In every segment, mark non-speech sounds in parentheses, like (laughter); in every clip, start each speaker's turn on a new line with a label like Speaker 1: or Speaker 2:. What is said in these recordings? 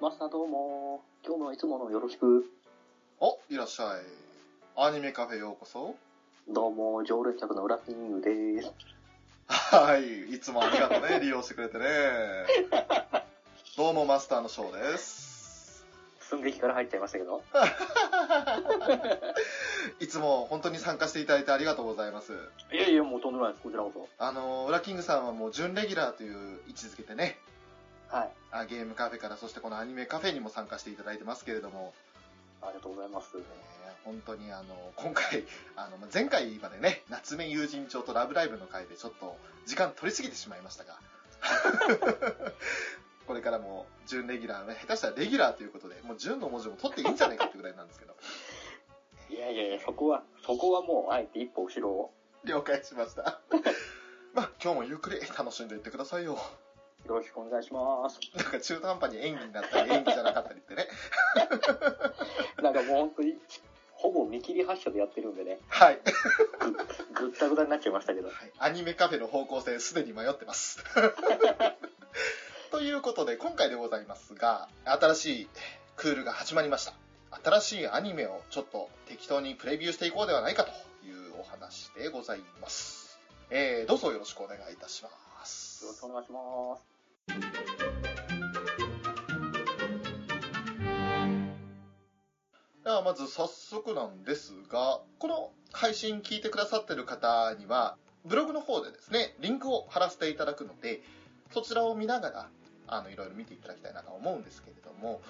Speaker 1: マスターどうも。今日もいつものよろしく。
Speaker 2: お、いらっしゃい。アニメカフェようこそ。
Speaker 1: どうも、常連客の裏キングです。
Speaker 2: はい。いつもありがとうね。利用してくれてね。どうも、マスターのショーです。
Speaker 1: 寸劇から入っちゃいましたけど。
Speaker 2: いつも本当に参加していただいてありがとうございます。
Speaker 1: いやいや、もうとんでもないです。こちらこそ。
Speaker 2: あの、ウラキングさんはもう準レギュラーという位置づけてね、
Speaker 1: はい。
Speaker 2: あゲームカフェからそしてこのアニメカフェにも参加していただいてますけれども、
Speaker 1: ありがとうございます。
Speaker 2: えー本当にあの、今回、 (laughs) あの、前回までね、夏目友人帳とラブライブの回でちょっと時間取りすぎてしまいましたが、 (laughs) これからも準レギュラーね、下手したらレギュラーということで、もう準の文字も取っていいんじゃないかってぐらいなんですけど、 (laughs)
Speaker 1: いやいやいや、そこは、そこはもう、あえて一歩後ろを。
Speaker 2: 了解しました。 (laughs) まあ、今日もゆっくり楽しんでいってくださいよ。
Speaker 1: よろしくお願いします。
Speaker 2: なんか中途半端に演技になったり、演技じゃなかったりってね。
Speaker 1: なんかもう本当に、ほぼ見切り発車でやってるんでね、
Speaker 2: はい。
Speaker 1: ぐったぐたになっちゃいましたけど。
Speaker 2: はいアニメカフェの方向性すでに迷ってます。ということで今回でございますが新しいクールが始まりました新しいアニメをちょっと適当にプレビューしていこうではないかというお話でございます、えーどうぞよろしくお願いいたします
Speaker 1: よろしくお願いします。
Speaker 2: ではまず早速なんですがこの配信聞いてくださってる方にはブログの方でですねリンクを貼らせていただくのでそちらを見ながらあのいろいろ見ていただきたいなと思うんですけれども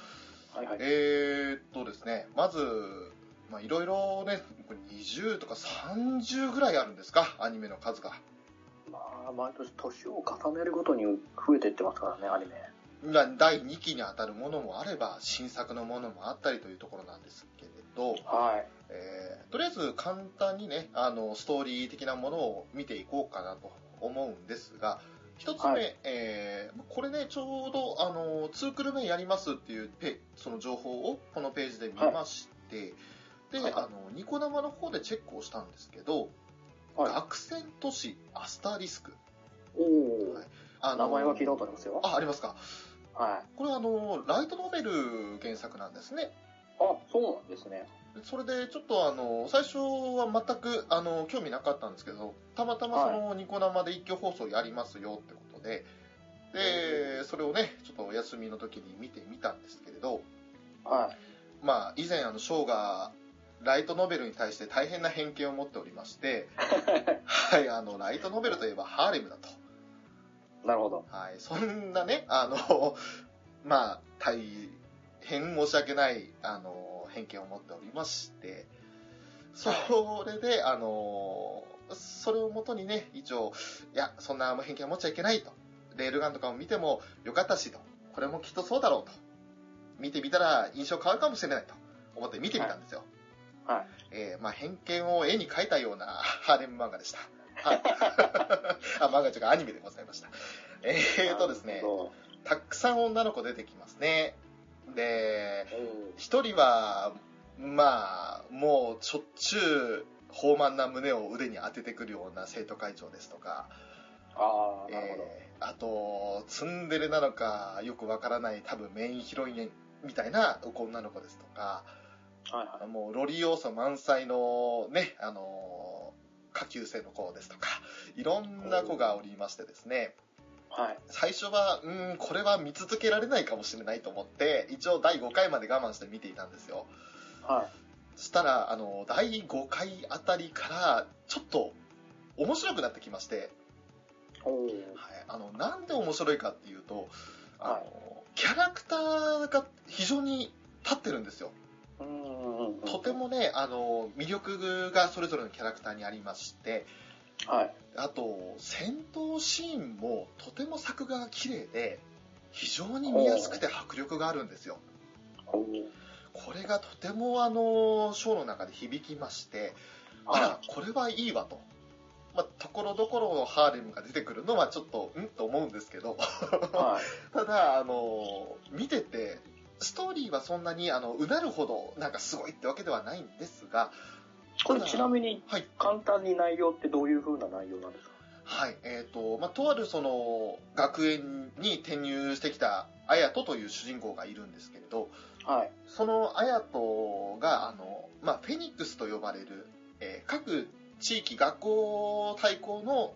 Speaker 1: はいはい。
Speaker 2: えー、っとですね、まず、まあ、いろいろね、これ20とか30ぐらいあるんですか、アニメの数が。
Speaker 1: まあ、毎年年を重ねるごとに増えていってますからね、アニメ。
Speaker 2: な第2期に当たるものもあれば、新作のものもあったりというところなんですけれど、
Speaker 1: はい。
Speaker 2: えーとりあえず簡単にね、あの、ストーリー的なものを見ていこうかなと思うんですが、一つ目、
Speaker 1: は
Speaker 2: えーこれね、ちょうど、あの、ツークルメやりますっていうペ、その情報をこのページで見まして、で、
Speaker 1: はいはい
Speaker 2: あの、ニコ生の方でチェックをしたんですけど、
Speaker 1: はい
Speaker 2: 学生都市アスタリスク。
Speaker 1: おお、
Speaker 2: はいあの
Speaker 1: 名前は聞いたことありますよ。
Speaker 2: あ、ありますか。
Speaker 1: はい。
Speaker 2: これあの、ライトノベル原作なんですね。
Speaker 1: あ、そうなんですね。
Speaker 2: それでちょっとあの最初は全くあの興味なかったんですけどたまたまそのニコ生で一挙放送やりますよってことで、でそれをねちょっとお休みの時に見てみたんですけれど
Speaker 1: はい。
Speaker 2: まあ以前あのショーがライトノベルに対して大変な偏見を持っておりましてはいあのライトノベルといえばハーレムだと
Speaker 1: なるほど。
Speaker 2: はい、そんなね、 (laughs) あの、まあ、大変申し訳ない、あの、偏見を持っておりまして、それで、あの、それをもとにね、一応、いや、そんな偏見を持っちゃいけないと。レールガンとかを見てもよかったしと。これもきっとそうだろうと。見てみたら印象変わるかもしれないと思って見てみたんですよ。
Speaker 1: はいはい
Speaker 2: えーまあ偏見を絵に描いたような (laughs) ハーレム漫画でした。はい。 (laughs) あ、漫画というかアニメでございました。えーとです
Speaker 1: な
Speaker 2: ね
Speaker 1: る、ほど
Speaker 2: たくさん女の子出てきますね。で、
Speaker 1: うん
Speaker 2: 一人は、まあ、もうしょっちゅう、豊満な胸を腕に当ててくるような生徒会長ですとか、
Speaker 1: ああ、なるほど。
Speaker 2: えーあと、ツンデレなのか、よくわからない、多分メインヒロインみたいな女の子ですとか、
Speaker 1: はいは
Speaker 2: もうロリ要素満載のね、あのー下級生の子ですとか、いろんな子がおりましてですね、
Speaker 1: い。はい。
Speaker 2: 最初は、うーん、これは見続けられないかもしれないと思って、一応第5回まで我慢して見ていたんですよ。
Speaker 1: は
Speaker 2: そしたら、あの、第5回あたりから、ちょっと、面白くなってきまして、
Speaker 1: い。おお。
Speaker 2: はい、あの、なんで面白いかっていうと、あの、
Speaker 1: は
Speaker 2: キャラクターが非常に立ってるんですよ。
Speaker 1: うんうんうん。
Speaker 2: とて。もね、あの、魅力がそれぞれのキャラクターにありまして、
Speaker 1: はい。
Speaker 2: あと、戦闘シーンもとても作画が綺麗で、非常に見やすくて迫力があるんですよ。
Speaker 1: おお。
Speaker 2: これがとてもあの、ショーの中で響きまして、あら、これはいいわと。まあ、ところどころハーレムが出てくるのはちょっと、んと思うんですけど、 (laughs)
Speaker 1: はい。
Speaker 2: ただ、あの、見てて、ストーリーはそんなに、あの、うなるほど、なんかすごいってわけではないんですが、
Speaker 1: これちなみに、
Speaker 2: はい。
Speaker 1: 簡単に内容ってどういう風な内容なんですか
Speaker 2: はい、えーとまあ、とあるその学園に転入してきた綾人という主人公がいるんですけれど
Speaker 1: はい。
Speaker 2: その綾人があの、まあ、フェニックスと呼ばれる、えー各地域学校対抗の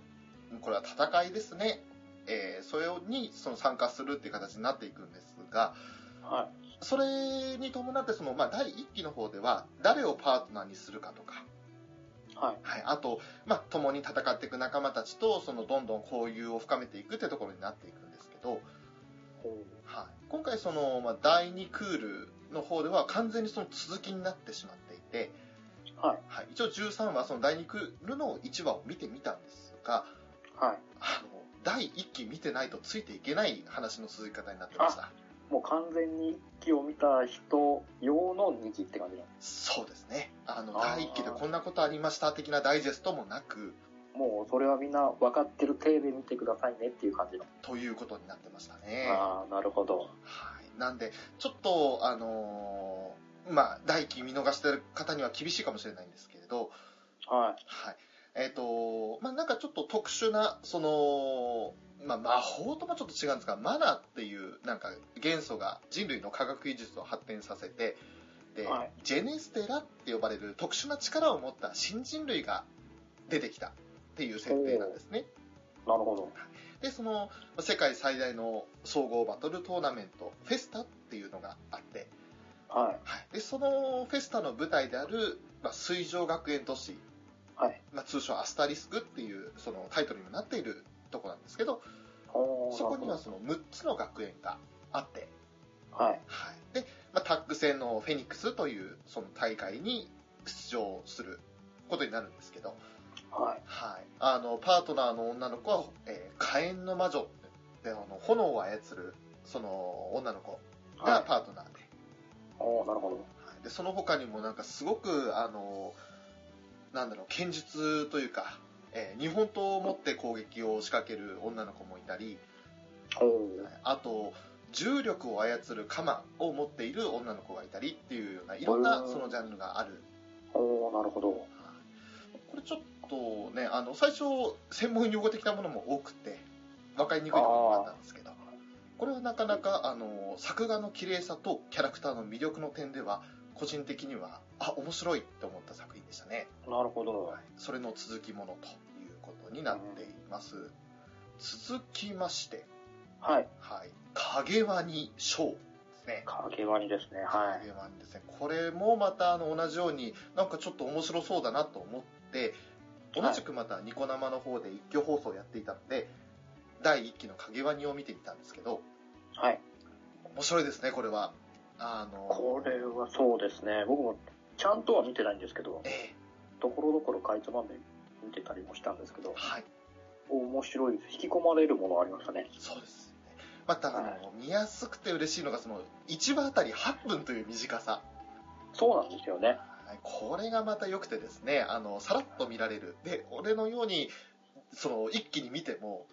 Speaker 2: これは戦いですね、えーそれにその参加するっていう形になっていくんですが
Speaker 1: は
Speaker 2: それに伴ってその、まあ、第1期の方では誰をパートナーにするかとか
Speaker 1: い。はい。
Speaker 2: はい、あと、まあ、共に戦っていく仲間たちとそのどんどん交流を深めていくってところになっていくんですけど、
Speaker 1: ほ
Speaker 2: はい、今回その、まあ、第2クールの方では完全にその続きになってしまっていて、
Speaker 1: うはい。
Speaker 2: はい、一応13話その第2クールの1話を見てみたんですが
Speaker 1: は
Speaker 2: あの第1期見てないとついていけない話の続き方になってまし
Speaker 1: い。
Speaker 2: た
Speaker 1: もう完全に一気を見た人用の2期って感じだ。
Speaker 2: そうですねあの
Speaker 1: あー
Speaker 2: 第1期でこんなことありました的なダイジェストもなく
Speaker 1: もうそれはみんな分かってる体で見てくださいねっていう感じだ。
Speaker 2: ということになってましたね
Speaker 1: ああ、なるほど。
Speaker 2: はい、なんで、ちょっと、あのーまあ、第一期見逃してる方には厳しいかもしれないんですけれど、
Speaker 1: はい。
Speaker 2: はい。えっ、と、まあ、なんかちょっと特殊な、その、まあ、魔法ともちょっと違うんですが、マナーっていう、なんか元素が人類の科学技術を発展させて、で、
Speaker 1: はい
Speaker 2: ジェネステラって呼ばれる特殊な力を持った新人類が出てきたっていう設定なんですね。
Speaker 1: なるほど。
Speaker 2: でその世界最大の総合バトルトーナメントフェスタっていうのがあって、
Speaker 1: はい。
Speaker 2: はい、でそのフェスタの舞台である、まあ、水上学園都市、
Speaker 1: はい。
Speaker 2: まあ、通称アスタリスクっていうそのタイトルにもなっているとこなんですけど
Speaker 1: おー
Speaker 2: そこに
Speaker 1: な
Speaker 2: は
Speaker 1: る
Speaker 2: その6つの学園があって、
Speaker 1: ほどはい。
Speaker 2: はいでまあ、タッグ戦のフェニックスというその大会に出場することになるんですけど、
Speaker 1: はい。
Speaker 2: はい、あのパートナーの女の子は、えー火炎の魔女であの炎を操るその女の子が
Speaker 1: はい。
Speaker 2: パートナーで,、
Speaker 1: おーなるほど。
Speaker 2: はいでその他にもなんかすごくあのなんだろう剣術というか、えー日本刀を持って攻撃を仕掛ける女の子もいたり
Speaker 1: おー
Speaker 2: あと重力を操る鎌を持っている女の子がいたりっていうようないろんな
Speaker 1: うん
Speaker 2: そのジャンルがある
Speaker 1: おーなるほど。
Speaker 2: これちょっとね、あの最初、専門用語的なものも多くて、分かりにくいところもあったんですけど、これはなかなかあの作画の綺麗さとキャラクターの魅力の点では、個人的には、あ面白いと思った作品でしたね。
Speaker 1: なるほど。
Speaker 2: それの続きものということになっています。続きまして、
Speaker 1: はい。
Speaker 2: はい、影ワニショーですね。
Speaker 1: 影割りですね。は
Speaker 2: 影ワニですね。これもまたあの同じように、なんかちょっと面白そうだなと思って、
Speaker 1: い。
Speaker 2: 同じくまたニコ生の方で一挙放送をやっていたので、第1期の影ワニを見てみたんですけど、
Speaker 1: はい。
Speaker 2: 面白いですね、これは。あの、
Speaker 1: これはそうですね。僕もちゃんとは見てないんですけど、
Speaker 2: ええ
Speaker 1: ところどころかいつまんで見てたりもしたんですけど、
Speaker 2: はい、
Speaker 1: 面白いです。引き込まれるものありましたね。
Speaker 2: そうです、ね。また、あの、
Speaker 1: は
Speaker 2: 見やすくて嬉しいのが、その、1話あたり8分という短さ。
Speaker 1: そうなんですよね。
Speaker 2: はいこれがまた良くてですね、あの、さらっと見られる。で、俺のように、その、一気に見ても、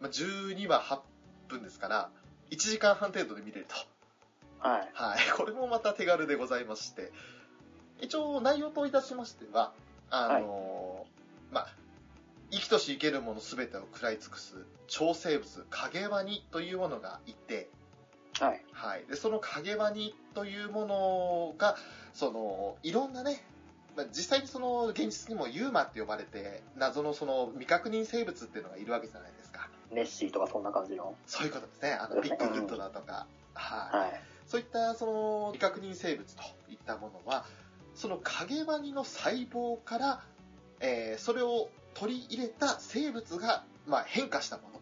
Speaker 2: まあ12話8分ですから、1時間半程度で見れると。
Speaker 1: はい。
Speaker 2: はい、これもまた手軽でございまして、一応内容といたしましては、あのーまあ、生きとし生けるものすべてを食らい尽くす超生物、影ワニというものがいて、
Speaker 1: はい。
Speaker 2: はい、でその影ワニというものが、そのいろんなね、まあ、実際にその現実にもユーマって呼ばれて、謎のその未確認生物っていうのがいるわけじゃないですか。
Speaker 1: ネッシーとかそんな感じの。
Speaker 2: そういうことですね。あの、ビッグフットだとか。はい。
Speaker 1: はい。
Speaker 2: そういったその未確認生物といったものは、その影ワニの細胞から、えーそれを取り入れた生物が、まあ、変化したもの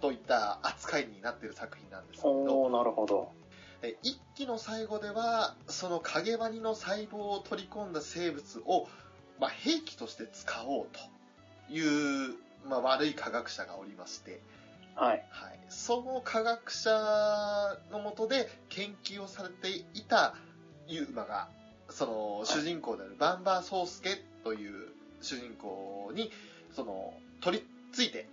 Speaker 2: といった扱いになっている作品なんですけど、
Speaker 1: おーなるほど。
Speaker 2: え1期の最後では、その影ワニの細胞を取り込んだ生物を、まあ、兵器として使おうという、まあ、悪い科学者がおりまして、
Speaker 1: はい。
Speaker 2: はい、その科学者のもとで研究をされていたユーマがその主人公であるバンバー宗介という主人公にその取り付いて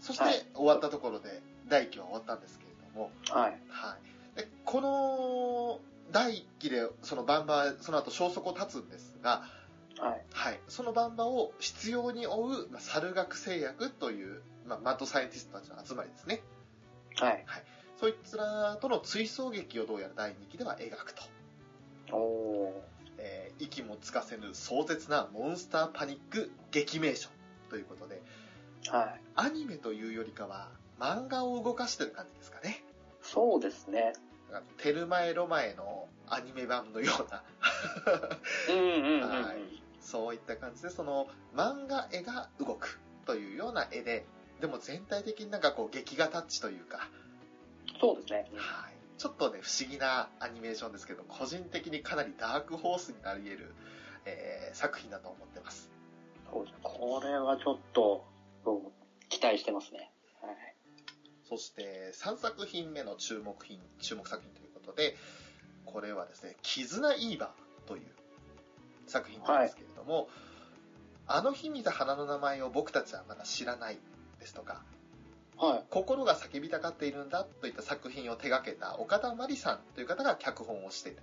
Speaker 2: そして
Speaker 1: はい
Speaker 2: 終わったところで第1期は終わったんですけれども、
Speaker 1: はい。
Speaker 2: はい、でこの第1期でそのバンバーその後消息を絶つんですが
Speaker 1: はい。
Speaker 2: はい、そのバンバを必要に追う、まあ、猿学製薬という、まあ、マッドサイエンティストたちの集まりですね。
Speaker 1: はい。
Speaker 2: そいつらとの追走劇をどうやら第2期では描くと。
Speaker 1: おお
Speaker 2: えー息もつかせぬ壮絶なモンスターパニック劇名所ということで、
Speaker 1: ー。はい。
Speaker 2: アニメというよりかは漫画を動かしてる感じですかね。
Speaker 1: そうですね。
Speaker 2: だからテルマエロマエのアニメ版のような、 (laughs)
Speaker 1: うんうんうんうん。
Speaker 2: はいそういった感じで、その漫画絵が動くというような絵で、でも全体的になんかこう劇画タッチというか、
Speaker 1: そうですね。
Speaker 2: はい。ちょっとね、不思議なアニメーションですけど、個人的にかなりダークホースになり得る、えー作品だと思ってます。
Speaker 1: そうですね。これはちょっと、うん期待してますね。はい。
Speaker 2: そして、3作品目の注目品、注目作品ということで、これはですね、絆イーバーという作品なんですけれども、あの日見た花の名前を僕たちはまだ知らないですとか、
Speaker 1: はい。
Speaker 2: 心が叫びたがっているんだといった作品を手掛けた岡田真理さんという方が脚本をしている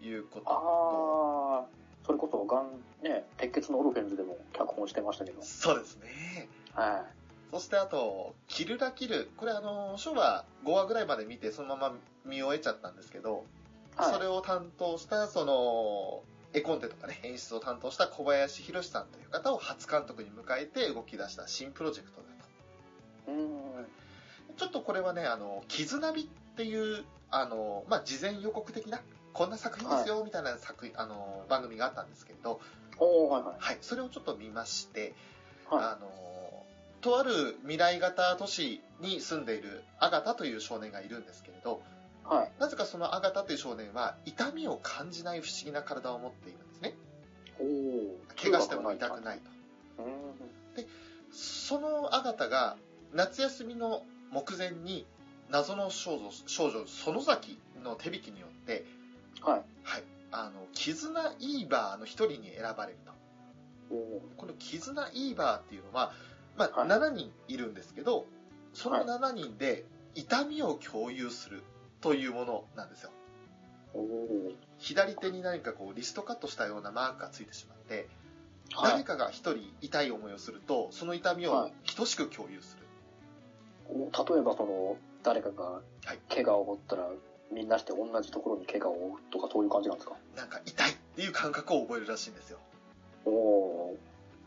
Speaker 2: ということ
Speaker 1: あ
Speaker 2: と、
Speaker 1: あ、それこそ、ガン、ね、鉄血のオルフェンズでも脚本してましたけど。
Speaker 2: そうですね。
Speaker 1: は
Speaker 2: そしてあと、キルラキル。これあの、ショーは5話ぐらいまで見て、そのまま見終えちゃったんですけど、
Speaker 1: い。はい。
Speaker 2: それを担当した、その、絵コンテとかね、演出を担当した小林博さんという方を初監督に迎えて動き出した新プロジェクトだ
Speaker 1: うん。
Speaker 2: と。ちょっとこれはね、あの、絆火っていう、あの、まあ、事前予告的な、こんな作品ですよ、みたいな作品、あの、番組があったんですけれど、
Speaker 1: おおはいはい。
Speaker 2: はい、それをちょっと見まして、
Speaker 1: は
Speaker 2: あのとある未来型都市に住んでいるアガタという少年がいるんですけれど
Speaker 1: い。はい。
Speaker 2: なぜかそのアガタという少年は痛みを感じない不思議な体を持っているんですね
Speaker 1: おお
Speaker 2: 怪我しても痛くないと
Speaker 1: うん。
Speaker 2: そのアガタが夏休みの目前に謎の少女少女園崎の手引きによって
Speaker 1: はい。
Speaker 2: はいあの絆イーバーの一人に選ばれると
Speaker 1: おお
Speaker 2: この絆イーバーっていうのは、まあ、
Speaker 1: はい
Speaker 2: 7人いるんですけど、その7人で痛みを共有するというものなんですよ。
Speaker 1: おお
Speaker 2: 左手に何かこうリストカットしたようなマークがついてしまって、
Speaker 1: は
Speaker 2: 誰
Speaker 1: い。
Speaker 2: かが1人痛い思いをすると、その痛み
Speaker 1: は
Speaker 2: を
Speaker 1: い
Speaker 2: 等しく共有する。
Speaker 1: お例えば、その、誰かが
Speaker 2: はい、
Speaker 1: 怪我を負ったら、みんなして同じところに怪我を負うとか、そういう感じなんですか
Speaker 2: なんか痛いっていう感覚を覚えるらしいんですよ。
Speaker 1: おお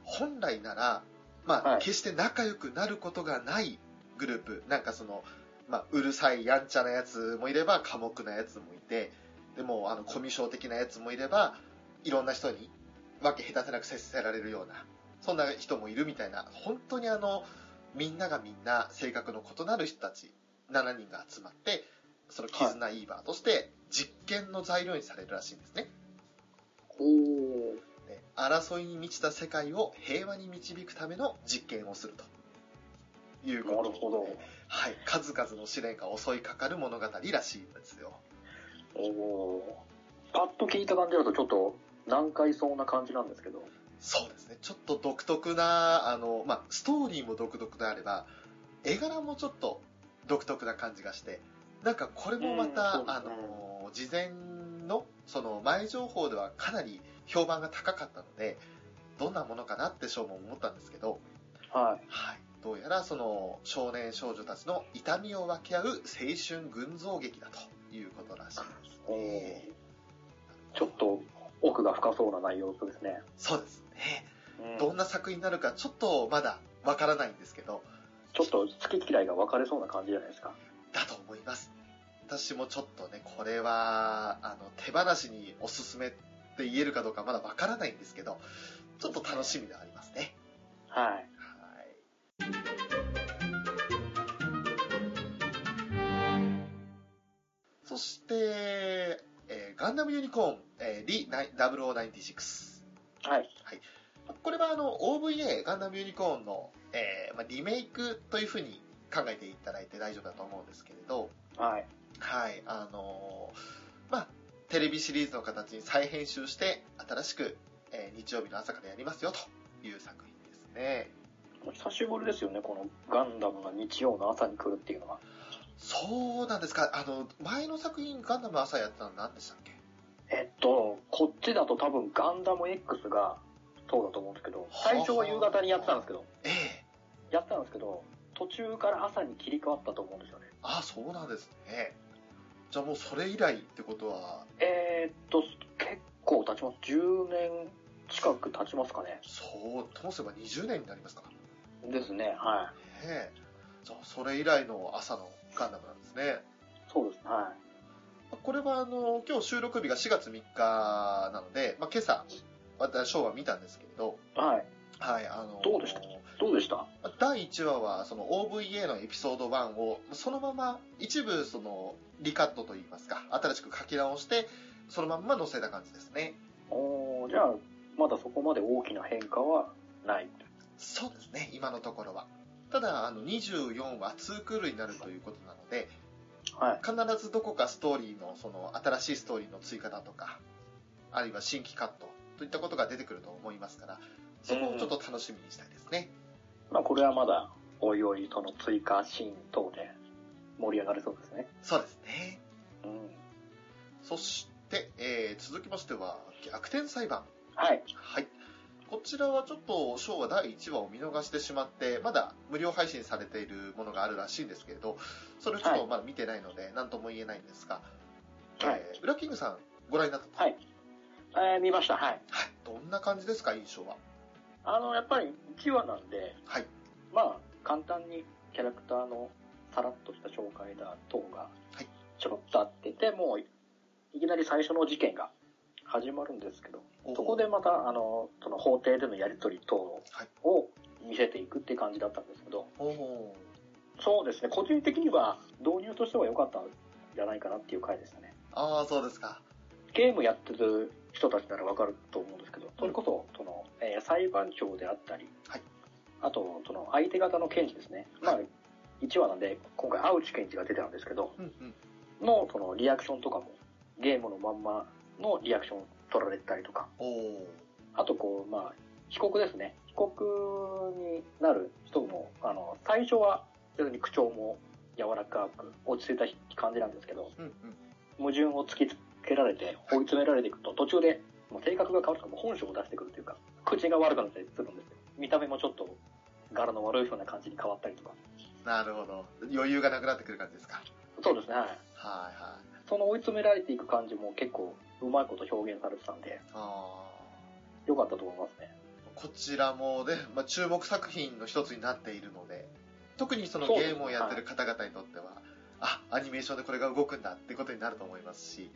Speaker 2: 本来なら、まあ、
Speaker 1: はい
Speaker 2: 決して仲良くなることがないグループ、なんかその、まあ、うるさいやんちゃなやつもいれば、寡黙なやつもいて、でも、あの、コミュ障的なやつもいれば、いろんな人に、わけ隔てなく接せられるような、そんな人もいるみたいな、本当にあの、みんながみんな性格の異なる人たち、7人が集まって、その絆イーバーとして、実験の材料にされるらしいんですね。
Speaker 1: おお
Speaker 2: で争いに満ちた世界を平和に導くための実験をするという
Speaker 1: な
Speaker 2: こと
Speaker 1: るほど。
Speaker 2: はい、数々の試練が襲いかかる物語らしいんですよ
Speaker 1: おおパッと聞いた感じだと、ちょっと、難解そうな感じなんですけど。
Speaker 2: そうですねちょっと独特なあの、まあ、ストーリーも独特であれば絵柄もちょっと独特な感じがしてなんかこれもまた、
Speaker 1: うんそうですね
Speaker 2: あの事前のその前情報ではかなり評判が高かったのでどんなものかなってショーも思ったんですけど
Speaker 1: はい。
Speaker 2: はい、どうやらその少年少女たちの痛みを分け合う青春群像劇だということらしいです
Speaker 1: お
Speaker 2: ね。
Speaker 1: ーちょっと、奥が深そうな内容そうですね。
Speaker 2: そうですね。
Speaker 1: うん
Speaker 2: どんな作品になるかちょっとまだわからないんですけど、
Speaker 1: ちょっと好き嫌いが分かれそうな感じじゃないですか。
Speaker 2: だと思います。私もちょっとね、これは、あの、手放しにおすすめって言えるかどうかまだわからないんですけど、ちょっと楽しみではありますね。
Speaker 1: はい。
Speaker 2: はい。そして、えーガンダムユニコーン、えーリ0096。
Speaker 1: はい。
Speaker 2: これはあの OVA、ガンダムユニコーンの、えーまあ、リメイクというふうに考えていただいて大丈夫だと思うんですけれど、
Speaker 1: はい。
Speaker 2: はい、あのーまあ、テレビシリーズの形に再編集して、新しく、えー日曜日の朝からやりますよという作品ですね。
Speaker 1: 久しぶりですよね、このガンダムが日曜の朝に来るっていうのは。
Speaker 2: そうなんですか。あの、前の作品、ガンダム朝やってたの何でしたっけ
Speaker 1: えっと、こっちだと多分ガンダム X がそうだと思うんですけど、
Speaker 2: はあ
Speaker 1: 最初は夕方にやってたんですけど、
Speaker 2: ええ。
Speaker 1: やってたんですけど、途中から朝に切り替わったと思うんですよね。
Speaker 2: ああ、そうなんですね。じゃあもうそれ以来ってことは、
Speaker 1: えー、っと、結構経ちます。10年近く経ちますかね。
Speaker 2: そう、ともすれば20年になりますか。
Speaker 1: ですね、は
Speaker 2: ねえ。じゃあそれ以来の朝のガンダムなんですね。
Speaker 1: い。そうですね、は
Speaker 2: これはあの今日収録日が4月3日なので、まあ、今朝私ショーは見たんですけれど、
Speaker 1: い。はい。
Speaker 2: はいあの
Speaker 1: どうでしたどうでした
Speaker 2: 第1話はその OVA のエピソード1をそのまま一部そのリカットといいますか新しく書き直してそのまんま載せた感じですね
Speaker 1: おーじゃあ、まだそこまで大きな変化はない。
Speaker 2: そうですね今のところはただあの24話2クールになるということなので
Speaker 1: はい。
Speaker 2: 必ずどこかストーリーのその新しいストーリーの追加だとかあるいは新規カットといったことが出てくると思いますからそこをちょっと楽しみにしたいですね、
Speaker 1: まあ、これはまだ、おいおい、その追加シーン等で盛り上がりそうですね。
Speaker 2: そうですね
Speaker 1: うん。
Speaker 2: そして、えー続きましては逆転裁判
Speaker 1: はい。
Speaker 2: はいこちらはちょっとショーは第1話を見逃してしまってまだ無料配信されているものがあるらしいんですけれどそれをちょっとまだ見てないので何とも言えないんですが、
Speaker 1: はい。
Speaker 2: えー、ウラキングさんご覧になったと、
Speaker 1: はい。えー見ました。はい。
Speaker 2: はい、どんな感じですか印象は
Speaker 1: あの、やっぱり1話なんで、
Speaker 2: はい
Speaker 1: まあ、簡単にキャラクターのさらっとした紹介だ等が
Speaker 2: はい
Speaker 1: ちょろっとあってて、もういいきなり最初の事件が始まるんですけど、
Speaker 2: おー
Speaker 1: そこでまた、あの、その法廷でのやりとり等
Speaker 2: はい
Speaker 1: を見せていくっていう感じだったんですけど、
Speaker 2: おお
Speaker 1: そうですね、個人的には導入としては良かったんじゃないかなっていう回でしたね。
Speaker 2: ああそうですか
Speaker 1: ゲームやってる人たちならわかると思うんですけど、それこそ、その、えー裁判長であったり、
Speaker 2: はい
Speaker 1: あと、その、相手方の検事ですね。まあ、1話なんで、今回、青内検事が出てたんですけど、
Speaker 2: うんうん
Speaker 1: の、その、リアクションとかも、ゲームのまんまのリアクション取られたりとか、
Speaker 2: おお
Speaker 1: あと、こう、まあ、被告ですね。被告になる人も、あの、最初は、別に口調も柔らかく、落ち着いた感じなんですけど、
Speaker 2: うんうん
Speaker 1: 矛盾を突きつけられて追い詰められていくと途中でもう性格が変わるとかもう本性を出してくるというか口が悪くなったりするんですよ見た目もちょっと柄の悪いような感じに変わったりとか
Speaker 2: なるほど余裕がなくなってくる感じですか
Speaker 1: そうですねはい
Speaker 2: はいはい
Speaker 1: その追い詰められていく感じも結構うまいこと表現されてたんで
Speaker 2: ああ
Speaker 1: 良かったと思いますね
Speaker 2: こちらもね、まあ、注目作品の一つになっているので、特にその
Speaker 1: そうで
Speaker 2: ゲ
Speaker 1: すね
Speaker 2: ームをやってる方々にとっては、あ、アニメーションでこれが動くんだってことになると思いますし、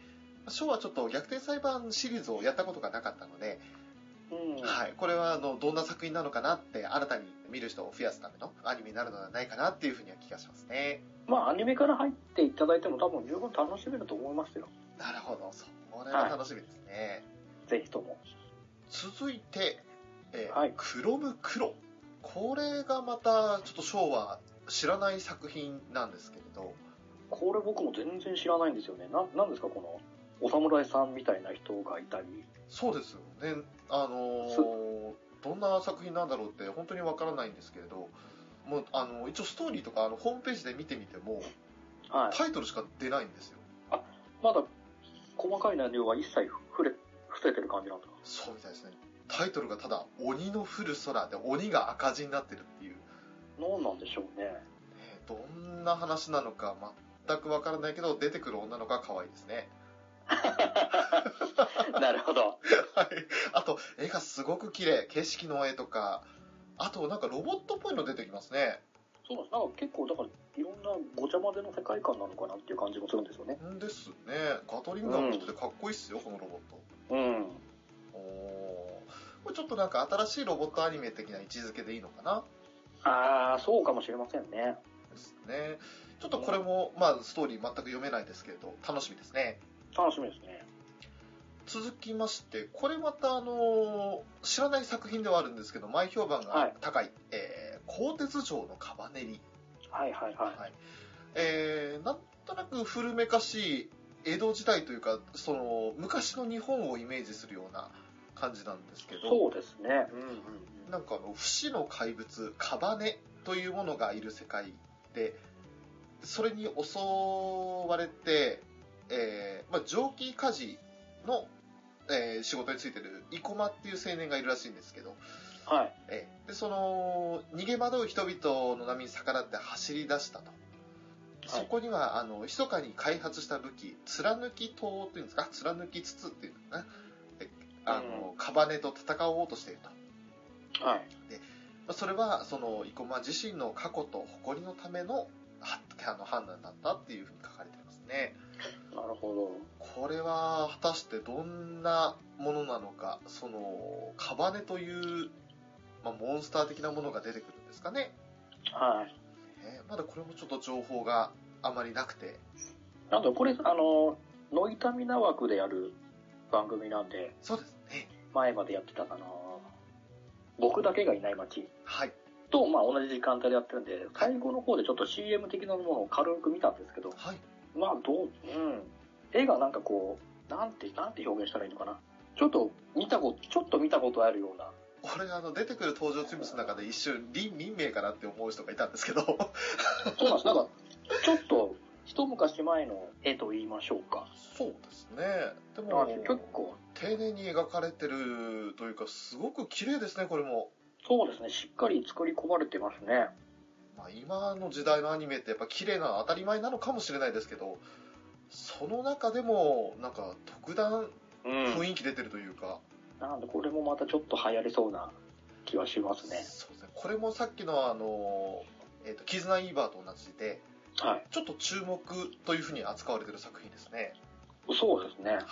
Speaker 2: ショーはちょっと逆転裁判シリーズをやったことがなかったので、
Speaker 1: うん
Speaker 2: はい、これはあのどんな作品なのかなって新たに見る人を増やすためのアニメになるのではないかなっていうふうには気がしますね。
Speaker 1: まあアニメから入っていただいても多分十分楽しめると思いますよ
Speaker 2: なるほど、それは楽しみですね。
Speaker 1: ぜひとも
Speaker 2: 続いて、えー
Speaker 1: はい
Speaker 2: クロムクロこれがまたちょっとショーは知らない作品なんですけれど
Speaker 1: これ僕も全然知らないんですよねななんですかこのお侍さんみたいな人がいたり
Speaker 2: そうですよねあのーどんな作品なんだろうって本当にわからないんですけれどもうあの一応ストーリーとかあのホームページで見てみても
Speaker 1: はい
Speaker 2: タイトルしか出ないんですよ
Speaker 1: まだ細かい内容は一切触れ、伏せてる感じなんですか
Speaker 2: そうみたいですねタイトルがただ「鬼の降る空」で鬼が赤字になってるっていう
Speaker 1: 何なんでしょうね。
Speaker 2: えーどんな話なのか全くわからないけど出てくる女の子は可愛いですね
Speaker 1: (laughs) なるほど。
Speaker 2: はい。あと、絵がすごく綺麗。景色の絵とか。あと、なんかロボットっぽいの出てきますね。
Speaker 1: そうなんです。なんか結構、だから、いろんなごちゃ混ぜの世界観なのかなっていう感じもするんですよね。
Speaker 2: んですね。ガトリンガン持っててかっこいいっすよ、このロボット。
Speaker 1: うん。
Speaker 2: おーこれちょっとなんか新しいロボットアニメ的な位置づけでいいのかな
Speaker 1: ああ、そうかもしれませんね。
Speaker 2: ですね。ちょっとこれも、まあ、ストーリー全く読めないですけれど、楽しみですね。
Speaker 1: 楽しみですね。
Speaker 2: 続きまして、これまたあのー知らない作品ではあるんですけど、前評判が高い、えー、鋼鉄城のカバネリ
Speaker 1: はいはいはい。
Speaker 2: はいえーなんとなく古めかしい江戸時代というかその昔の日本をイメージするような感じなんですけど
Speaker 1: そうですね。うんうんうん。
Speaker 2: なんかあの不死の怪物カバネというものがいる世界でそれに襲われて、えーまあ、蒸気火事のえー仕事についてる生駒っていう青年がいるらしいんですけど、
Speaker 1: はい。
Speaker 2: えーでその逃げ惑う人々の波に逆らって走り出したと、そこにはあの密かに開発した武器貫き刀っていうんですか貫き筒っていうのかなであの、カバネと戦おうとしていると
Speaker 1: はい。
Speaker 2: まあそれはその生駒自身の過去と誇りのためのはあの判断だったっていうふうに書かれてますね
Speaker 1: なるほ
Speaker 2: これは果たしてどんなものなのかそのカバネという、まあ、モンスター的なものが出てくるんですかね
Speaker 1: ど。はい。
Speaker 2: ねまだこれもちょっと情報があまりなくて
Speaker 1: なんで、これ、あの、ノイタミナ枠でやる番組なんで、
Speaker 2: そうですね
Speaker 1: 前までやってたかな僕だけがいない街
Speaker 2: はい
Speaker 1: と、まあ、同じ時間帯でやってるんで、最後の方でちょっと CM 的なものを軽く見たんですけど、
Speaker 2: はい
Speaker 1: まあ、どう、うん。絵がなんかこう、なんて、なんて表現したらいいのかな。ちょっと見たこと、ちょっと見たことあるような。
Speaker 2: これあの出てくる登場人物の中で一瞬林民明かなって思う人がいたんですけど
Speaker 1: そうなんです。なんか、ちょっと、一昔前の絵と言いましょうか。
Speaker 2: そうですねで
Speaker 1: ま
Speaker 2: も
Speaker 1: あ結構、
Speaker 2: 丁寧に描かれてるというかすごく綺麗ですねこれも、
Speaker 1: そうですね。しっかり作り込まれてますね。
Speaker 2: まあ、今の時代のアニメってやっぱ綺麗なのは当たり前なのかもしれないですけどその中でもなんか特段
Speaker 1: うん。
Speaker 2: 雰囲気出てるというか、
Speaker 1: なので、これもまたちょっと流行りそうな気はしますね。
Speaker 2: そうですねこれもさっきのあの、えーと「キズナイーバー」と同じで
Speaker 1: はい。
Speaker 2: ちょっと注目というふうに扱われてる作品ですね
Speaker 1: そうですね。
Speaker 2: はい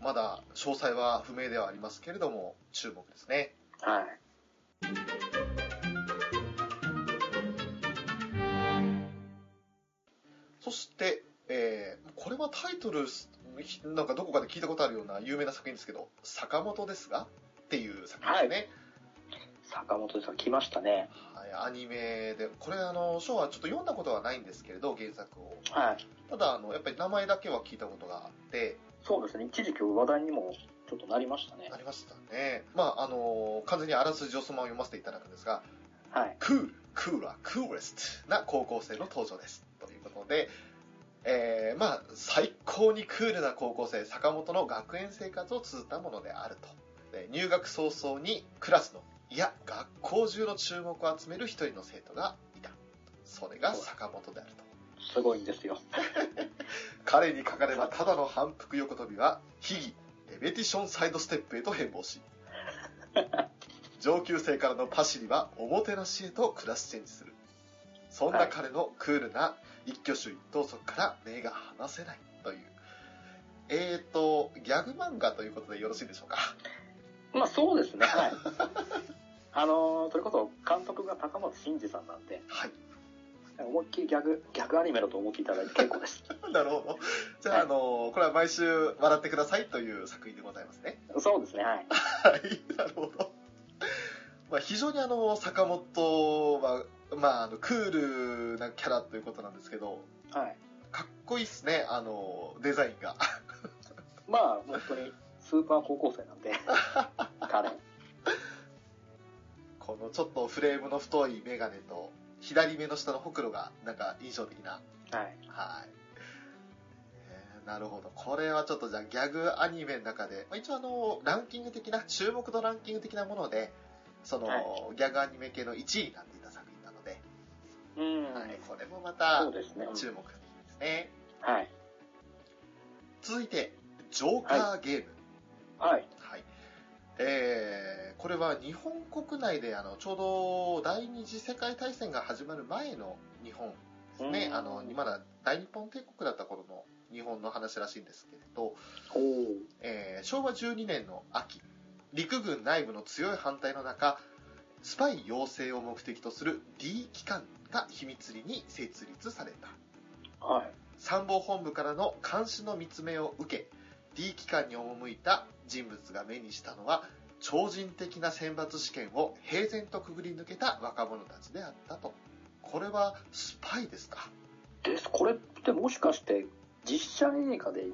Speaker 2: まだ詳細は不明ではありますけれども注目ですね
Speaker 1: はい。
Speaker 2: そして、えーこれはタイトルす、なんかどこかで聞いたことあるような有名な作品ですけど、坂本ですがっていう作品ですね。
Speaker 1: 坂本さん来ましたね。
Speaker 2: はい、アニメで、これあの、ショーはちょっと読んだことはないんですけれど、原作を。
Speaker 1: はい。
Speaker 2: ただ、あの、やっぱり名前だけは聞いたことがあって、
Speaker 1: そうですね。一時期話題にもちょっとなりましたね
Speaker 2: あ。りましたね。まあ、あの、完全にあらすじをそのまま読ませていただくんですが、
Speaker 1: はい。
Speaker 2: クール、クーラー、クーレストな高校生の登場です。ということで、えーまあ、最高にクールな高校生、坂本の学園生活を綴ったものであると。で入学早々にクラスの、いや、学校中の注目を集める一人の生徒がいた。それが坂本であると。
Speaker 1: すごいんですよ。
Speaker 2: 彼にかかればただの反復横跳びは、秘技、レベティションサイドステップへと変貌し、上級生からのパシリはおもてなしへとクラスチェンジする。そんな彼のクールな一挙手一投足から目が離せないという。えーと、ギャグ漫画ということでよろしいでしょうか。
Speaker 1: まあそうですね。
Speaker 2: (laughs)
Speaker 1: はい。あのーそれこそ監督が高松慎二さんなんで、
Speaker 2: はい。
Speaker 1: 思いっきりギャグ、ギャグアニメだと思っていただいて結構
Speaker 2: (laughs)
Speaker 1: です。
Speaker 2: なるほど。じゃあ、あの、これは毎週笑ってくださいという作品でございますね。
Speaker 1: そうですね。はい。
Speaker 2: はい、なるほど。まあ、非常にあの、坂本は、まあ、あの、クールなキャラということなんですけど、
Speaker 1: はい。
Speaker 2: かっこいいっすね、あの、デザインが。
Speaker 1: まあ本当にスーパー高校生なん
Speaker 2: (laughs)
Speaker 1: で、彼。
Speaker 2: このちょっとフレームの太いメガネと、左目の下のほくろが、なんか印象的な。
Speaker 1: はい。
Speaker 2: はい。えーなるほど。これはちょっとじゃあギャグアニメの中で、まあ、一応あの、ランキング的な、注目度ランキング的なもので、その、
Speaker 1: はい
Speaker 2: ギャグアニメ系の1位になっていた作品なので、
Speaker 1: うん。
Speaker 2: はい、これもまた、
Speaker 1: そうですね。
Speaker 2: 注目ですね。
Speaker 1: はい。
Speaker 2: 続いて、ジョーカーゲーム。
Speaker 1: はい。
Speaker 2: はい。えー、これは日本国内で、あの、ちょうど第二次世界大戦が始まる前の日本ですね
Speaker 1: う。ん
Speaker 2: あの、まだ大日本帝国だった頃の日本の話らしいんですけれど、
Speaker 1: おー
Speaker 2: えー昭和12年の秋、陸軍内部の強い反対の中、スパイ養成を目的とする D 機関が秘密裏に設立された。
Speaker 1: はい。
Speaker 2: 参謀本部からの監視の見つめを受け D 機関に赴いた人物が目にしたのは超人的な選抜試験を平然とくぐり抜けた若者たちであったとこれはスパイですか
Speaker 1: です。これってもしかして実写映画で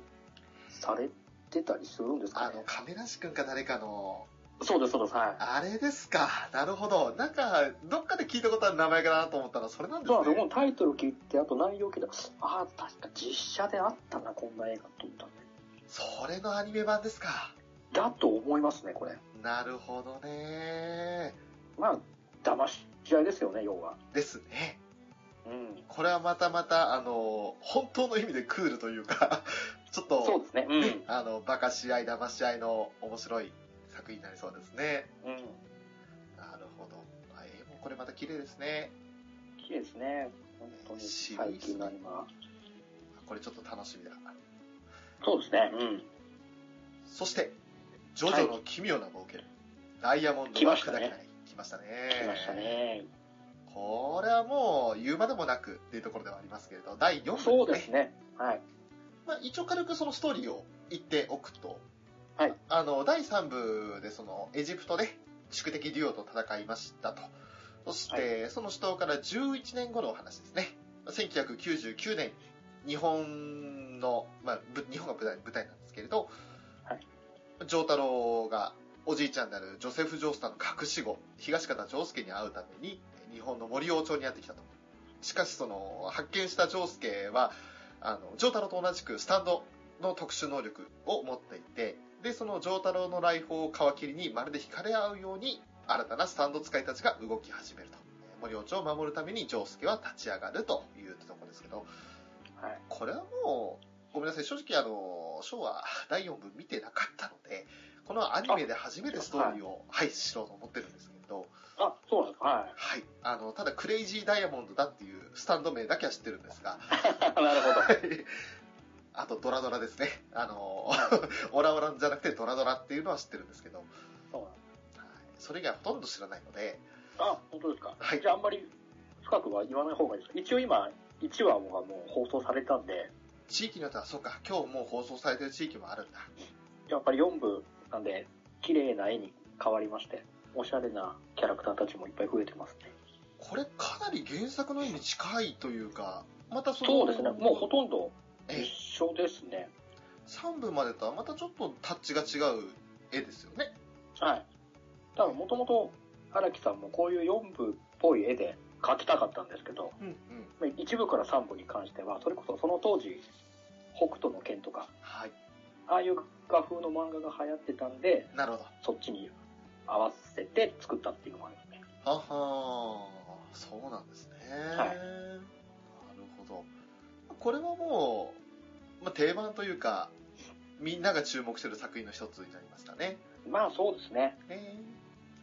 Speaker 1: されてたりするんですか
Speaker 2: あ
Speaker 1: ね
Speaker 2: の亀梨君か誰かの
Speaker 1: そうです、そうです。はい。
Speaker 2: あれですかなるほどなんかどっかで聞いたことある名前かなと思ったらそれなんです
Speaker 1: そうなんです
Speaker 2: ね
Speaker 1: よ。このタイトル聞いて、あと内容聞いて、ああ、確か実写であったな、こんな映画と思ったんで。
Speaker 2: それのアニメ版ですか。
Speaker 1: だと思いますね、これ。
Speaker 2: なるほどね。
Speaker 1: まあ、騙し合いですよね、要は。
Speaker 2: ですね。
Speaker 1: うん。
Speaker 2: これはまたまた、あの、本当の意味でクールというか、 (laughs) ちょっと、
Speaker 1: そうですね。うん。
Speaker 2: あの、バカし合い、騙し合いの面白い作品になりそうですね。
Speaker 1: うん。
Speaker 2: なるほど。あ絵もこれまた綺麗ですね。
Speaker 1: 綺麗ですね。本当に
Speaker 2: 渋い
Speaker 1: 最
Speaker 2: っすね
Speaker 1: 近のアニメは。
Speaker 2: これちょっと楽しみだ。
Speaker 1: そうですね。うん。
Speaker 2: そして、ジョジョの奇妙な冒険、ダイヤモンド
Speaker 1: 来
Speaker 2: は
Speaker 1: ま
Speaker 2: 砕
Speaker 1: し
Speaker 2: け
Speaker 1: た
Speaker 2: な
Speaker 1: ね
Speaker 2: い。来ましたね。
Speaker 1: 来ました。ね。
Speaker 2: これはもう言うまでもなくっていうところではありますけれど、第4部
Speaker 1: そうですね。はい。
Speaker 2: まあ、一応軽くそのストーリーを言っておくと、
Speaker 1: はい
Speaker 2: あの第3部でそのエジプトで宿敵デュオと戦いましたとそして、その死闘から11年後のお話ですね1999年日本の、まあ、ぶ日本が舞台舞台なんですけれど、
Speaker 1: はい
Speaker 2: 丈太郎がおじいちゃんであるジョセフ・ジョースターの隠し子東方丈介に会うために日本の森王朝にやってきたとしかしその発見した丈介はあの、ジョータロと同じくスタンドの特殊能力を持っていて、で、そのジョータロの来訪を皮切りにまるで惹かれ合うように新たなスタンド使いたちが動き始めると。えー森王朝を守るためにジョースケは立ち上がるというところですけど、
Speaker 1: はい。
Speaker 2: これはもう、ごめんなさい、正直あの、ショーは第4部見てなかったので、このアニメで初めてストーリーを、はい、知ろうと思ってるんですけど、
Speaker 1: あ、そうなんですか。は
Speaker 2: はい、あの、ただクレイジーダイヤモンドだっていうスタンド名だけは知ってるんですが、
Speaker 1: い。 (laughs) なるほど。
Speaker 2: あとドラドラですね。あの、 (laughs) オラオラじゃなくてドラドラっていうのは知ってるんですけど、はい
Speaker 1: そうなんです
Speaker 2: それ以外はほとんど知らないので、
Speaker 1: あ、本当ですか。
Speaker 2: はい
Speaker 1: じゃあ、あんまり深くは言わない方がいいですか。一応今、1話はもう放送されたんで、
Speaker 2: 地域によっては、そうか、今日もう放送されてる地域もあるんだ。
Speaker 1: やっぱり4部なんで、綺麗な絵に変わりまして、おしゃれなキャラクターたちもいっぱい増えてますね。
Speaker 2: これかなり原作の絵に近いというか、またその、
Speaker 1: そうですね。もうほとんど
Speaker 2: え
Speaker 1: 一緒ですね。
Speaker 2: 3部までとはまたちょっとタッチが違う絵ですよね。
Speaker 1: はい。多分もともと荒木さんもこういう4部っぽい絵で描きたかったんですけど、
Speaker 2: うんうん。
Speaker 1: まあ一部から3部に関しては、それこそその当時、北斗の拳とか、
Speaker 2: はい。
Speaker 1: ああいう画風の漫画が流行ってたんで、
Speaker 2: なるほど。
Speaker 1: そっちに合わせて作ったっていうのもあるんですね。
Speaker 2: ははーそうなんですね。
Speaker 1: はい
Speaker 2: なるほど。これはもう、まあ、定番というか、みんなが注目してる作品の一つになりましたね。
Speaker 1: まあそうですね。
Speaker 2: え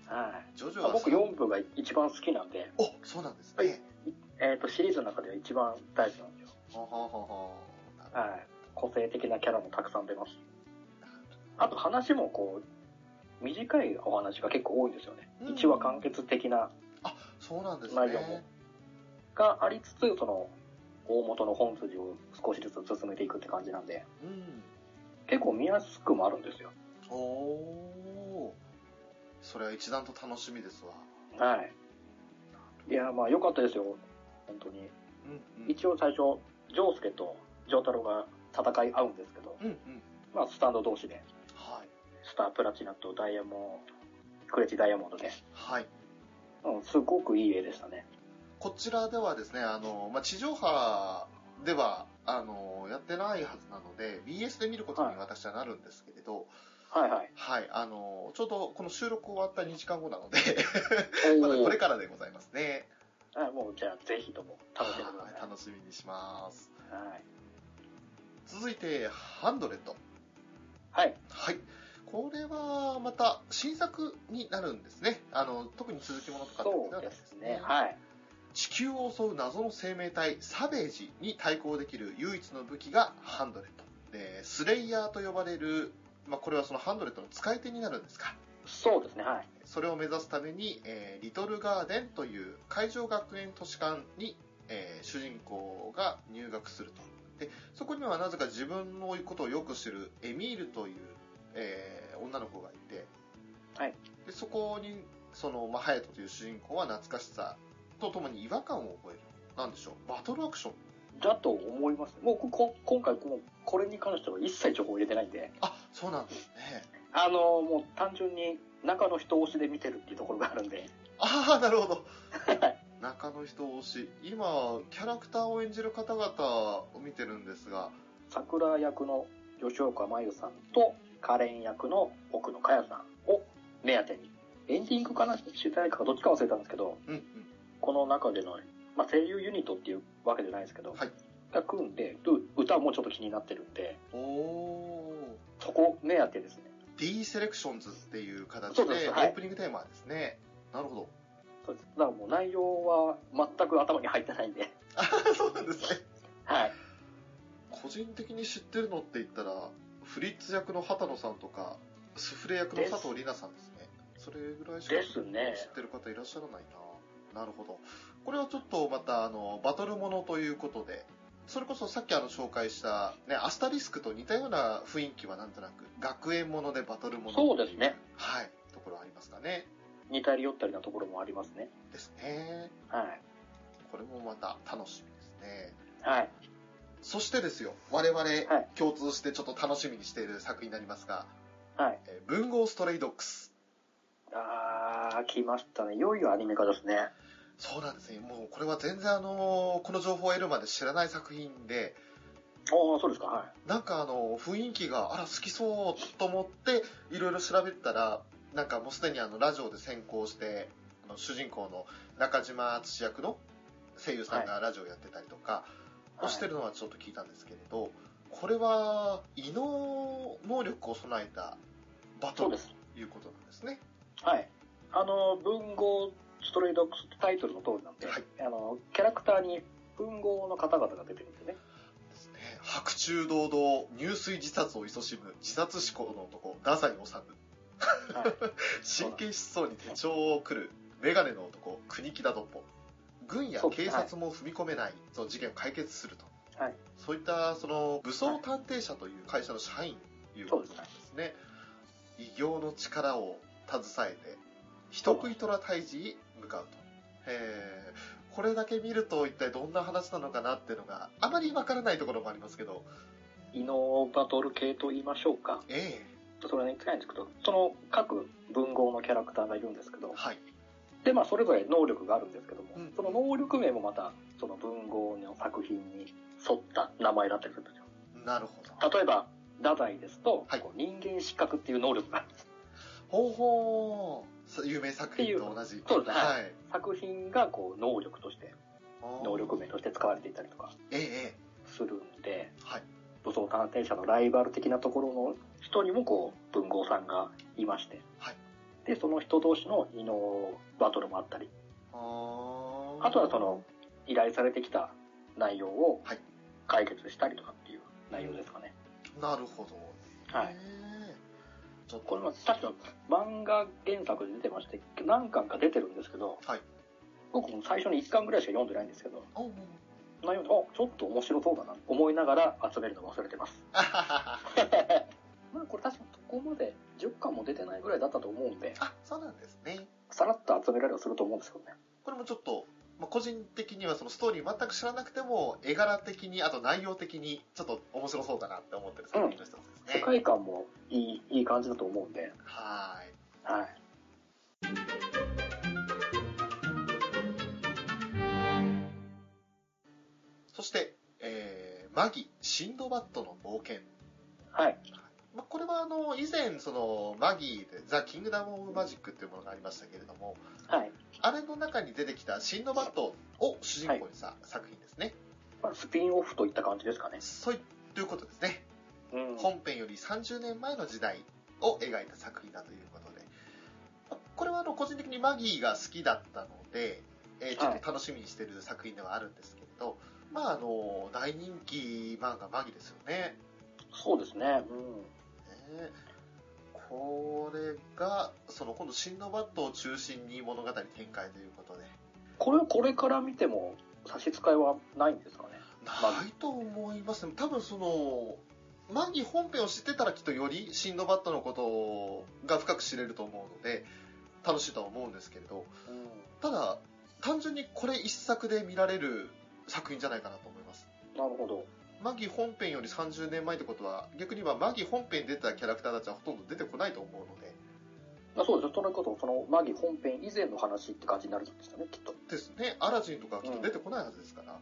Speaker 1: はい。
Speaker 2: ー、ジョジョ
Speaker 1: まあ
Speaker 2: は
Speaker 1: 僕4部が一番好きなんで、
Speaker 2: おそうなんです
Speaker 1: はい
Speaker 2: ね。
Speaker 1: えっ、と、シリーズの中では一番大事なんですよ。
Speaker 2: ははははなる
Speaker 1: はい。個性的なキャラもたくさん出ます。あと話もこう、短いお話が結構多いんですよね。
Speaker 2: うん
Speaker 1: 1話完結的な
Speaker 2: あ、そうなんですね。
Speaker 1: 内容もがありつつ、その、大元の本筋を少しずつ進めていくって感じなんで、
Speaker 2: うん。
Speaker 1: 結構見やすくもあるんですよ。
Speaker 2: おー。それは一段と楽しみですわ。
Speaker 1: はい。いや、まあ良かったですよ。本当に。
Speaker 2: うん、うん。
Speaker 1: 一応最初、ジョースケとジョータロが戦い合うんですけど、
Speaker 2: うんうん。
Speaker 1: まあスタンド同士で、
Speaker 2: はい。
Speaker 1: スタープラチナとダイヤモンド、クレジダイヤモンドで、
Speaker 2: はい。
Speaker 1: うん、すごくいい絵でしたね。
Speaker 2: こちらではですね、あの、まあ、地上波では、あの、やってないはずなので、BS で見ることに私はなるんですけれど、
Speaker 1: はいはい。
Speaker 2: はい、あの、ちょうどこの収録終わった2時間後なので、
Speaker 1: お
Speaker 2: (laughs) まだ
Speaker 1: ー
Speaker 2: これからでございますね。
Speaker 1: はい、もうじゃあぜひとも楽しんでくださ
Speaker 2: はい楽しみにします。
Speaker 1: い。はい。
Speaker 2: 続いて、ハンドレッド。
Speaker 1: はい。
Speaker 2: はい。これは、また、新作になるんですね。あの、特に続きものとかっていうの
Speaker 1: そう
Speaker 2: はな
Speaker 1: で
Speaker 2: い
Speaker 1: すね。はい。
Speaker 2: 地球を襲う謎の生命体サベージに対抗できる唯一の武器がハンドレットでスレイヤーと呼ばれる、まあ、これはそのハンドレットの使い手になるんですか
Speaker 1: そうですね。はい。
Speaker 2: それを目指すために、えーリトルガーデンという海上学園都市館に、えー主人公が入学するとでそこにはなぜか自分のことをよく知るエミールという、えー女の子がいて、
Speaker 1: はい
Speaker 2: でそこにその、まあ、ハヤトという主人公は懐かしさとともに違和感を覚えるなんでしょうバトルアクション
Speaker 1: だと思います。もうここ今回この、これに関しては一切情報入れてないんで、
Speaker 2: あそうなんですね (laughs)
Speaker 1: あのもう単純に中の人推しで見てるっていうところがあるんで、
Speaker 2: ああ、なる
Speaker 1: (laughs)
Speaker 2: ほど。中の人推し。今、キャラクターを演じる方々を見てるんですが、
Speaker 1: 桜役の吉岡真由さんとカレン役の奥野佳代さんを目当てに、エンディングかな主題歌かどっちか忘れたんですけど、
Speaker 2: うんうん。
Speaker 1: この中での、まあ、声優ユニットっていうわけじゃないですけど、
Speaker 2: はい
Speaker 1: が組んで、う歌もちょっと気になってるんで、
Speaker 2: おー。
Speaker 1: そこ目当てですね。
Speaker 2: D セレクションズっていう形で
Speaker 1: そう
Speaker 2: オ
Speaker 1: ですはい
Speaker 2: ープニングテーマですね。なるほど。
Speaker 1: そうです。だからもう内容は全く頭に入ってないんで、 (laughs)
Speaker 2: あ (laughs) そうなんですね。
Speaker 1: はい。
Speaker 2: 個人的に知ってるのって言ったら、フリッツ役の畑野さんとか、スフレ役の佐藤里奈さんですね。それぐらいしか
Speaker 1: で
Speaker 2: 知
Speaker 1: すね。
Speaker 2: ってる方いらっしゃらないな。なるほど。これはちょっとまた、あの、バトルものということで、それこそさっきあの紹介した、ね、アスタリスクと似たような雰囲気はなんとなく、学園ものでバトルものってい
Speaker 1: そうですね。
Speaker 2: はい、ところありますかね。
Speaker 1: 似たり寄ったりなところもありますね。
Speaker 2: ですね。
Speaker 1: はい。
Speaker 2: これもまた楽しみですね。
Speaker 1: はい。
Speaker 2: そしてですよ、我々
Speaker 1: い
Speaker 2: 共通してちょっと楽しみにしている作品になりますが、
Speaker 1: はい。
Speaker 2: えー文豪ストレイドックス。
Speaker 1: あー、来ましたね。いよいよアニメ化ですね。
Speaker 2: そうなんですね。もうこれは全然あのーこの情報を得るまで知らない作品で、
Speaker 1: ああ、そうですか。はい。
Speaker 2: なんかあのー雰囲気が、あら、好きそうと思って、いろいろ調べたら、なんかもうすでにあの、ラジオで先行して、あの主人公の中島敦役の声優さんがラジオやってたりとか、をしてるのはちょっと聞いたんですけれど、これは異能能力を備えたバト
Speaker 1: そう
Speaker 2: ル
Speaker 1: です。
Speaker 2: ということなんですね。
Speaker 1: はい。あの、文豪ストレイドックスってタイトルの通りなんで、
Speaker 2: はい
Speaker 1: あの、キャラクターに文豪の方々が出てるんですよね。
Speaker 2: ですね白昼堂々入水自殺を勤しむ自殺志向の男太宰治
Speaker 1: はい。
Speaker 2: (laughs) 神経質そうに手帳を狂うメガネの男国木田どっぽ軍や
Speaker 1: そう
Speaker 2: 警察も踏み込めないその事件を解決すると、
Speaker 1: はい
Speaker 2: そういったその武装探偵社という会社の社員ということなんですね、異形の力を携えて人食い虎退治に向かうとえーこれだけ見ると一体どんな話なのかなっていうのがあまりわからないところもありますけど
Speaker 1: 異能バトル系と言いましょうか。
Speaker 2: え
Speaker 1: それに近いんですけど、その各文豪のキャラクターがいるんですけ
Speaker 2: え
Speaker 1: ど、
Speaker 2: はい
Speaker 1: で、まあ、それぞれ能力があるんですけども、
Speaker 2: うん
Speaker 1: その能力名もまた、その文豪の作品に沿った名前だったりするんですよ。
Speaker 2: なるほど
Speaker 1: 例えば、ダダイですと、
Speaker 2: はい
Speaker 1: こう人間失格っていう能力があるんです。
Speaker 2: ほうほうさ有名作品と同じ
Speaker 1: そうですね
Speaker 2: はい
Speaker 1: 作品が、こう、能力として、能力名として使われていたりとか
Speaker 2: えええ
Speaker 1: するんで、
Speaker 2: えはい
Speaker 1: 武装探偵者のライバル的なところの人にも、こう、文豪さんがいまして、
Speaker 2: はい
Speaker 1: で、その人同士の異能バトルもあったり、
Speaker 2: あ
Speaker 1: あとはその、依頼されてきた内容を
Speaker 2: はい
Speaker 1: 解決したりとかっていう内容ですかね。
Speaker 2: なるほど
Speaker 1: はい。
Speaker 2: ええちょっと
Speaker 1: これは確か漫画原作で出てまして、何巻か出てるんですけど、
Speaker 2: はい
Speaker 1: 僕も最初に1巻ぐらいしか読んでないんですけど、
Speaker 2: おう
Speaker 1: 内容で、あ、ちょっと面白そうだなと思いながら集めるの忘れてます。
Speaker 2: あははは
Speaker 1: (laughs) まあこれ確かそこまで10巻も出てないぐらいだったと思うんで、
Speaker 2: あそうなんですね
Speaker 1: さらっと集められはすると思うんですけどね。
Speaker 2: これもちょっと、まあ、個人的にはそのストーリー全く知らなくても絵柄的にあと内容的にちょっと面白そうだなって思ってる作品の一つです
Speaker 1: 世
Speaker 2: ね、
Speaker 1: 界観もいい、いい感じだと思うんで、
Speaker 2: はーい
Speaker 1: はい。
Speaker 2: そして、えーマギシンドバッドの冒険
Speaker 1: はい。
Speaker 2: まあ、これはあの以前そのマギーで「ザ・キングダム・オブ・マジック」っていうものがありましたけれども
Speaker 1: はい。
Speaker 2: あれの中に出てきたシンドバッドを主人公にした、作品ですね
Speaker 1: まあ、スピンオフといった感じですかね。
Speaker 2: そういということですね、
Speaker 1: うん。
Speaker 2: 本編より30年前の時代を描いた作品だということでまあこれはあの個人的にマギーが好きだったので、えーちょっと楽しみにしてる作品ではあるんですけれど、まああの大人気漫画マギーですよね
Speaker 1: そうですね。うん。
Speaker 2: ねこれが、その今度、シンドバッドを中心に物語展開ということで。
Speaker 1: これ、これから見ても差し支えはないんですかね。
Speaker 2: ないと思いますね。多分その、マギ本編を知ってたらきっとよりシンドバッドのことが深く知れると思うので、楽しいとは思うんですけれど、ただ、単純にこれ一作で見られる作品じゃないかなと思います。
Speaker 1: なるほど。
Speaker 2: マギ本編より30年前ってことは、逆に言えばマギ本編に出てたキャラクターたちはほとんど出てこないと思うので、
Speaker 1: まあ、そうですね。それこそ、そのマギ本編以前の話って感じになるんですよね、きっと。
Speaker 2: ですね、アラジンとかきっと出てこないはずですから、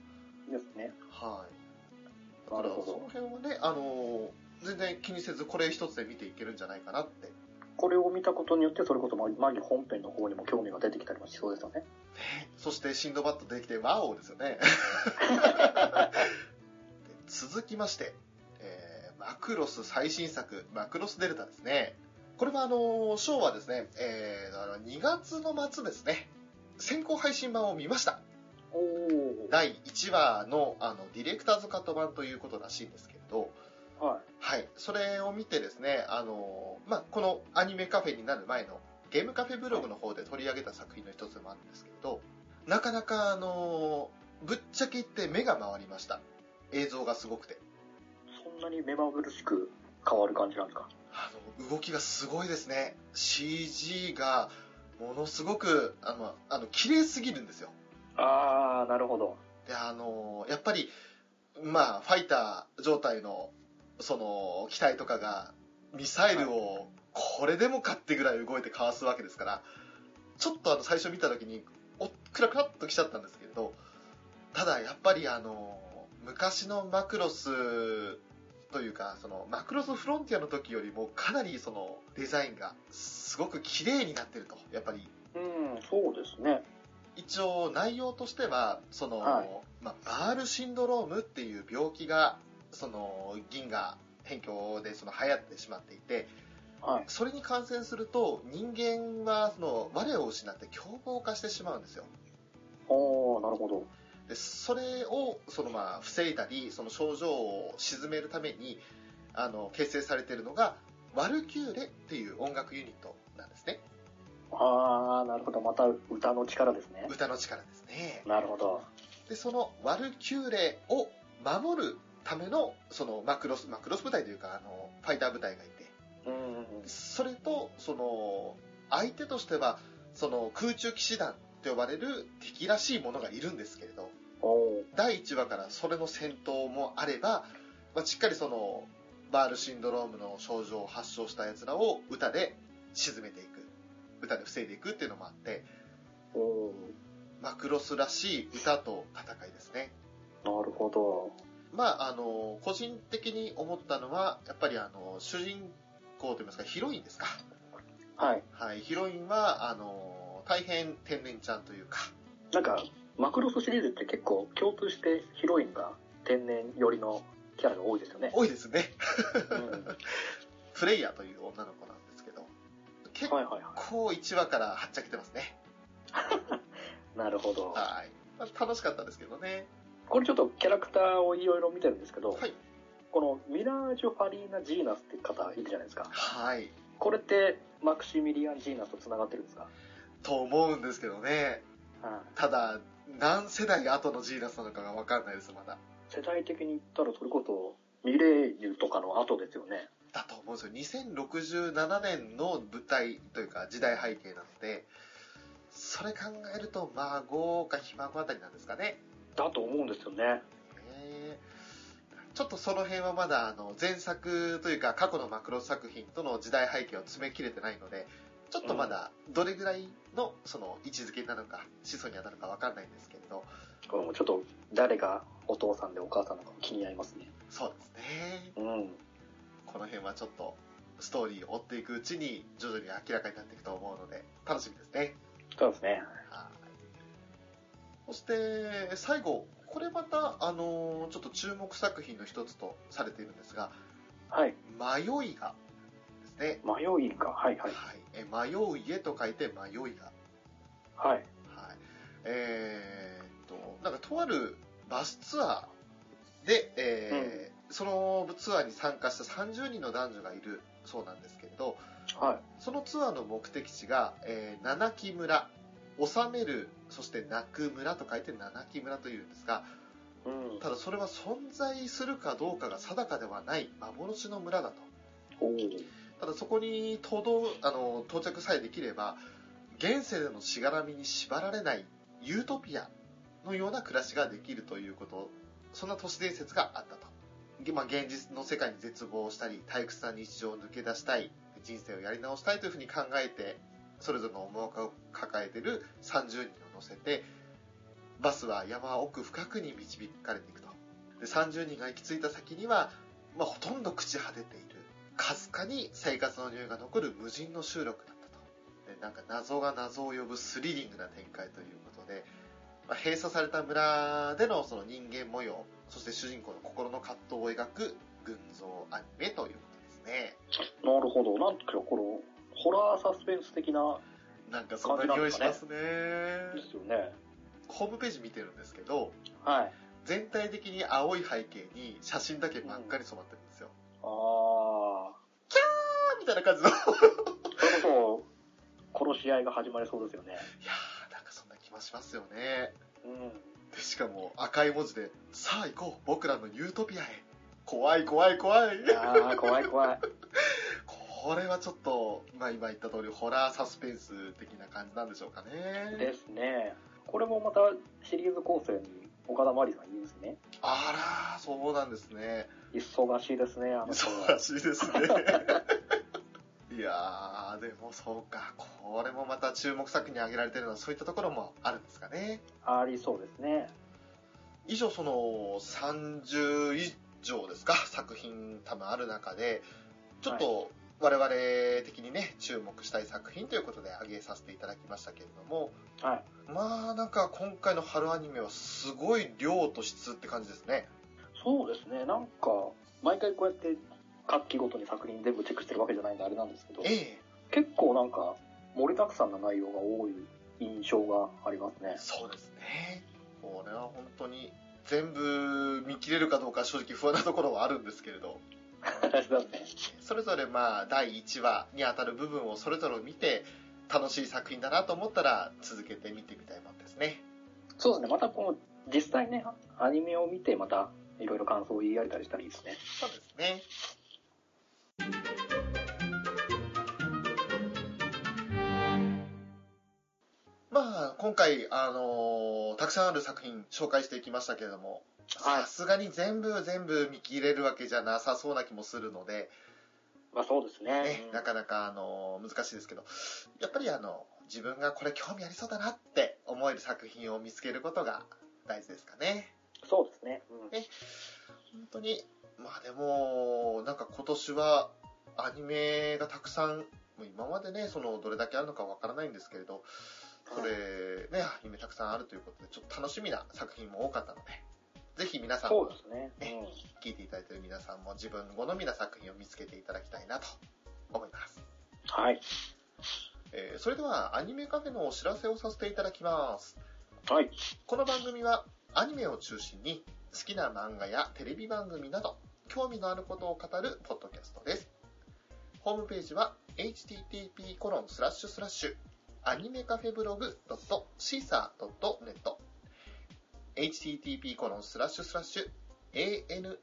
Speaker 1: ですね。
Speaker 2: はい。だ
Speaker 1: な
Speaker 2: か
Speaker 1: る
Speaker 2: ら
Speaker 1: ほ
Speaker 2: そ
Speaker 1: ど
Speaker 2: の辺はね、あのー全然気にせずこれ一つで見ていけるんじゃないかなって。
Speaker 1: これを見たことによって、それこそマギマギ本編の方にも興味が出てきたりもしそうですよね。
Speaker 2: そしてシンドバッドできて魔王ですよね。続きまして、えーマクロス最新作、マクロスデルタですね。これはあのー、ショーはですね、えーあの2月の末ですね、先行配信版を見ました。
Speaker 1: おお。
Speaker 2: 第1話のあのディレクターズカット版ということらしいんですけれど、
Speaker 1: は
Speaker 2: はい、それを見てですね、あのーまあ、このアニメカフェになる前のゲームカフェブログの方で取り上げた作品の一つでもあるんですけれど、なかなか、あのーぶっちゃけ言って目が回りました。映像がすごくて。
Speaker 1: い。そんなに目まぐるしく変わる感じなんですか
Speaker 2: あの、動きがすごいですね。CG がものすごく、あの、あの、綺麗すぎるんですよ。
Speaker 1: ああ、なるほど。
Speaker 2: で、あのーやっぱり、まあ、ファイター状態の、その、機体とかが、ミサイルを、これでもかってぐらい動いてかわすわけですから、ちょっとあの、最初見た時に、おクラクラっときちゃったんですけれど、ただ、やっぱりあのー昔のマクロスというか、その、マクロスフロンティアの時よりも、かなりその、デザインが、すごく綺麗になってると、やっぱり
Speaker 1: うん、そうですね。
Speaker 2: 一応内容としてはその、
Speaker 1: はい
Speaker 2: まあ、バールシンドロームっていう病気がその銀河辺境でその流行ってしまっていて
Speaker 1: はい。
Speaker 2: それに感染すると人間はその我を失って凶暴化してしまうんですよ
Speaker 1: おお、なるほど。
Speaker 2: でそれをそのまあ防いだりその症状を鎮めるためにあの結成されているのがワルキューレっていう音楽ユニットなんですね
Speaker 1: ああ、なるほど。また歌の力ですね。
Speaker 2: 歌の力ですね
Speaker 1: なるほど。
Speaker 2: でそのワルキューレを守るためのそのマクロスマクロス部隊というかあのファイター部隊がいて
Speaker 1: うん。
Speaker 2: それとその相手としてはその空中騎士団と呼ばれる敵らしいものがいるんですけれど
Speaker 1: おお。
Speaker 2: 第1話からそれの戦闘もあれば、まあ、しっかりそのバールシンドロームの症状を発症したやつらを歌で沈めていく歌で防いでいくっていうのもあって
Speaker 1: おお。
Speaker 2: マクロスらしい歌と戦いですね
Speaker 1: なるほど。
Speaker 2: まあ、あの、個人的に思ったのは、やっぱりあの、主人公といいますか、ヒロインですか。
Speaker 1: はい。
Speaker 2: はい、ヒロインは、あの、大変天然ちゃんというか、
Speaker 1: なんか、マクロスシリーズって結構共通してヒロインが天然寄りのキャラが多いですよね。
Speaker 2: 多いですね。
Speaker 1: うん
Speaker 2: プレイヤーという女の子なんですけど、結
Speaker 1: はいはいは
Speaker 2: 構1話からはっちゃけてますね。
Speaker 1: い。なるほど。
Speaker 2: はい。まあ楽しかったですけどね。
Speaker 1: これちょっとキャラクターをいろいろ見てるんですけど、
Speaker 2: はい。
Speaker 1: このミラージュ・ファリーナ・ジーナスって方いるじゃないですか。
Speaker 2: はい。
Speaker 1: これってマクシミリアン・ジーナスと繋がってるんですか
Speaker 2: と思うんですけどね。
Speaker 1: は
Speaker 2: ただ、何世代後のジーナスなのかがわかんないです、まだ。
Speaker 1: い。世代的に言ったらそれこそミレーユとかの後ですよね。
Speaker 2: だと思うんですよ。2067年の舞台というか時代背景なので、それ考えると孫かひ孫あたりなんですかね。
Speaker 1: だと思うんですよね。
Speaker 2: ねちょっとその辺はまだあの前作というか過去のマクロ作品との時代背景を詰め切れてないので、ちょっとまだどれぐらいのその位置づけなのか、子孫に当たるかわかんないんですけれど、
Speaker 1: これもちょっと誰がお父さんでお母さんなのかも気になりますね。
Speaker 2: そうですね。
Speaker 1: うん。
Speaker 2: この辺はちょっとストーリーを追っていくうちに徐々に明らかになっていくと思うので、楽しみですね。
Speaker 1: そうですね。
Speaker 2: そして最後これまたあのーちょっと注目作品の一つとされているんですが
Speaker 1: はい。
Speaker 2: 「迷いが」ですね、
Speaker 1: 迷いか。はいは
Speaker 2: はい
Speaker 1: い。
Speaker 2: え迷う家と書いて「迷いが
Speaker 1: はい。」
Speaker 2: はいえーっとなんかとあるバスツアーで、えーそのツアーに参加した30人の男女がいるそうなんですけれど
Speaker 1: はい。
Speaker 2: そのツアーの目的地が、えー七木村治めるそして泣く村と書いて七木村というんですが
Speaker 1: うん。
Speaker 2: ただそれは存在するかどうかが定かではない幻の村だと
Speaker 1: おー
Speaker 2: ただそこに到到あの到着さえできれば現世でのしがらみに縛られないユートピアのような暮らしができるということそんな都市伝説があったと、げまあ、現実の世界に絶望したり退屈な日常を抜け出したい人生をやり直したいというふうに考えてそれぞれの思惑を抱えている30人を乗せてバスは山奥深くに導かれていくとで30人が行き着いた先にはまあ、ほとんど朽ち果てている、かすかに生活の匂いが残る無人の集落だったと。で、なんか謎が謎を呼ぶスリリングな展開ということで、まあ、閉鎖された村でのその人間模様、そして主人公の心の葛藤を描く群像アニメということですね。
Speaker 1: なるほど。なんていうか、この、ホラーサスペンス的な、
Speaker 2: なんかそんな匂いしますね。
Speaker 1: ですよね。
Speaker 2: ホームページ見てるんですけど、
Speaker 1: はい。
Speaker 2: 全体的に青い背景に写真だけ真っ赤に染まってるんですよ。
Speaker 1: あ
Speaker 2: あーみたいな感じの。いや
Speaker 1: あ。それこそ、殺し合いが始まりそうですよね。
Speaker 2: ー、なんかそんな気もしますよね。
Speaker 1: うん。
Speaker 2: で、しかも赤い文字で、さあ行こう、僕らのユートピアへ。怖い怖い怖い。
Speaker 1: ああ、怖い怖い。
Speaker 2: (laughs) これはちょっと、まあ今言った通り、ホラーサスペンス的な感じなんでしょうかね。
Speaker 1: ですね。これもまたシリーズ構成に岡田真理さんいいんですね。
Speaker 2: あらー、そうなんですね。
Speaker 1: 忙しいですね、あの人
Speaker 2: そ
Speaker 1: は
Speaker 2: うらしいです
Speaker 1: (laughs)
Speaker 2: ね。いやー、でもそうか、これもまた注目作に挙げられてるのはそういったところもあるんですかね。
Speaker 1: ありそうですね。
Speaker 2: 以上、その30以上ですか、 (laughs) 作品多分ある中で、ちょっと我々的にね、注目したい作品ということで挙げさせていただきましたけれども、
Speaker 1: はい。
Speaker 2: まあなんか今回の春アニメはすごい量と質って感じですね。
Speaker 1: そうですね、なんか、毎回こうやって、各期ごとに作品全部チェックしてるわけじゃないんであれなんですけど、
Speaker 2: ええ
Speaker 1: 結構なんか、盛りだくさんな内容が多い印象がありますね。
Speaker 2: そうですね。これは本当に全部見切れるかどうか正直不安なところはあるんですけれど、
Speaker 1: 私だって。
Speaker 2: それぞれまあ第1話にあたる部分をそれぞれ見て、楽しい作品だなと思ったら続けて見てみたいもんですね。
Speaker 1: そうですね、またこの、実際ね、アニメを見てまた、いろいろ感想を言い合えたりしたらいいですね。
Speaker 2: そうですね。まあ、今回、あのーたくさんある作品紹介していきましたけれども、
Speaker 1: はい
Speaker 2: さすがに全部全部見切れるわけじゃなさそうな気もするので、
Speaker 1: まあそうですね。
Speaker 2: ね、なかなか、あのー難しいですけど、やっぱりあの、自分がこれ興味ありそうだなって思える作品を見つけることが大事ですかね。
Speaker 1: そうですね。うん
Speaker 2: 本当に、まあでも、なんか今年はアニメがたくさん、もう今までね、そのどれだけあるのかわからないんですけれど、それ、ね、アニメたくさんあるということで、ちょっと楽しみな作品も多かったので、ぜひ皆さん、
Speaker 1: そうですね。
Speaker 2: ね聞いていただいている皆さんも自分好みな作品を見つけていただきたいなと思います。
Speaker 1: うん。はい。
Speaker 2: えーそれではアニメカフェのお知らせをさせていただきます。
Speaker 1: はい。
Speaker 2: この番組はアニメを中心に好きな漫画やテレビ番組など興味のあることを語るポッドキャストです。ホームページは http コロンスラッシュスラッシュアニメカフェブログ .caesar.net http コロンスラッシュスラッシュ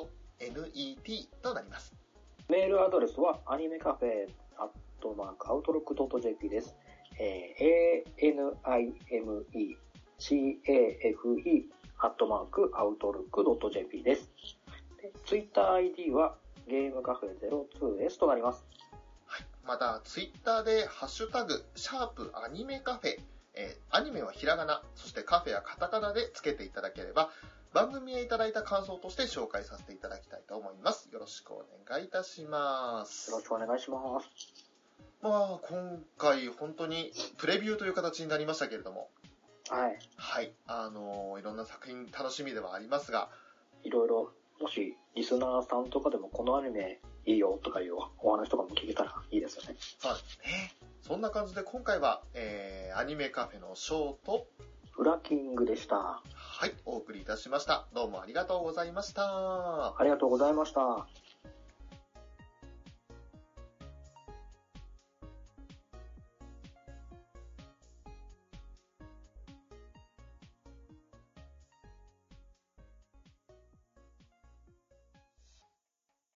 Speaker 2: anicafeblog.seesaa.net となります。
Speaker 1: メールアドレスは、アニメカフェ、アットマーク、アウトロックドット JP です。えー、anime, cafe, アットマーク、アウトロックドット JP です。でツイッター ID は、ゲームカフェ 02S となります。
Speaker 2: また、ツイッターで、ハッシュタグ、シャープアニメカフェ、えーアニメはひらがな、そしてカフェはカタカナでつけていただければ、番組へいただいた感想として紹介させていただきたいと思います。よろしくお願いいたします
Speaker 1: よ。ろしくお願いします。
Speaker 2: まあ、今回本当にプレビューという形になりましたけれども、
Speaker 1: はい。
Speaker 2: はい、あのーいろんな作品楽しみではありますが、
Speaker 1: いろいろ、もし、リスナーさんとかでも、このアニメいいよとかいうお話とかも聞けたらいいですよね。
Speaker 2: そうですね。そんな感じで今回は、えーアニメカフェのショーと、
Speaker 1: フラキングでした。
Speaker 2: はい、お送りいたしました。どうもありがとうございました。
Speaker 1: ありがとうございました。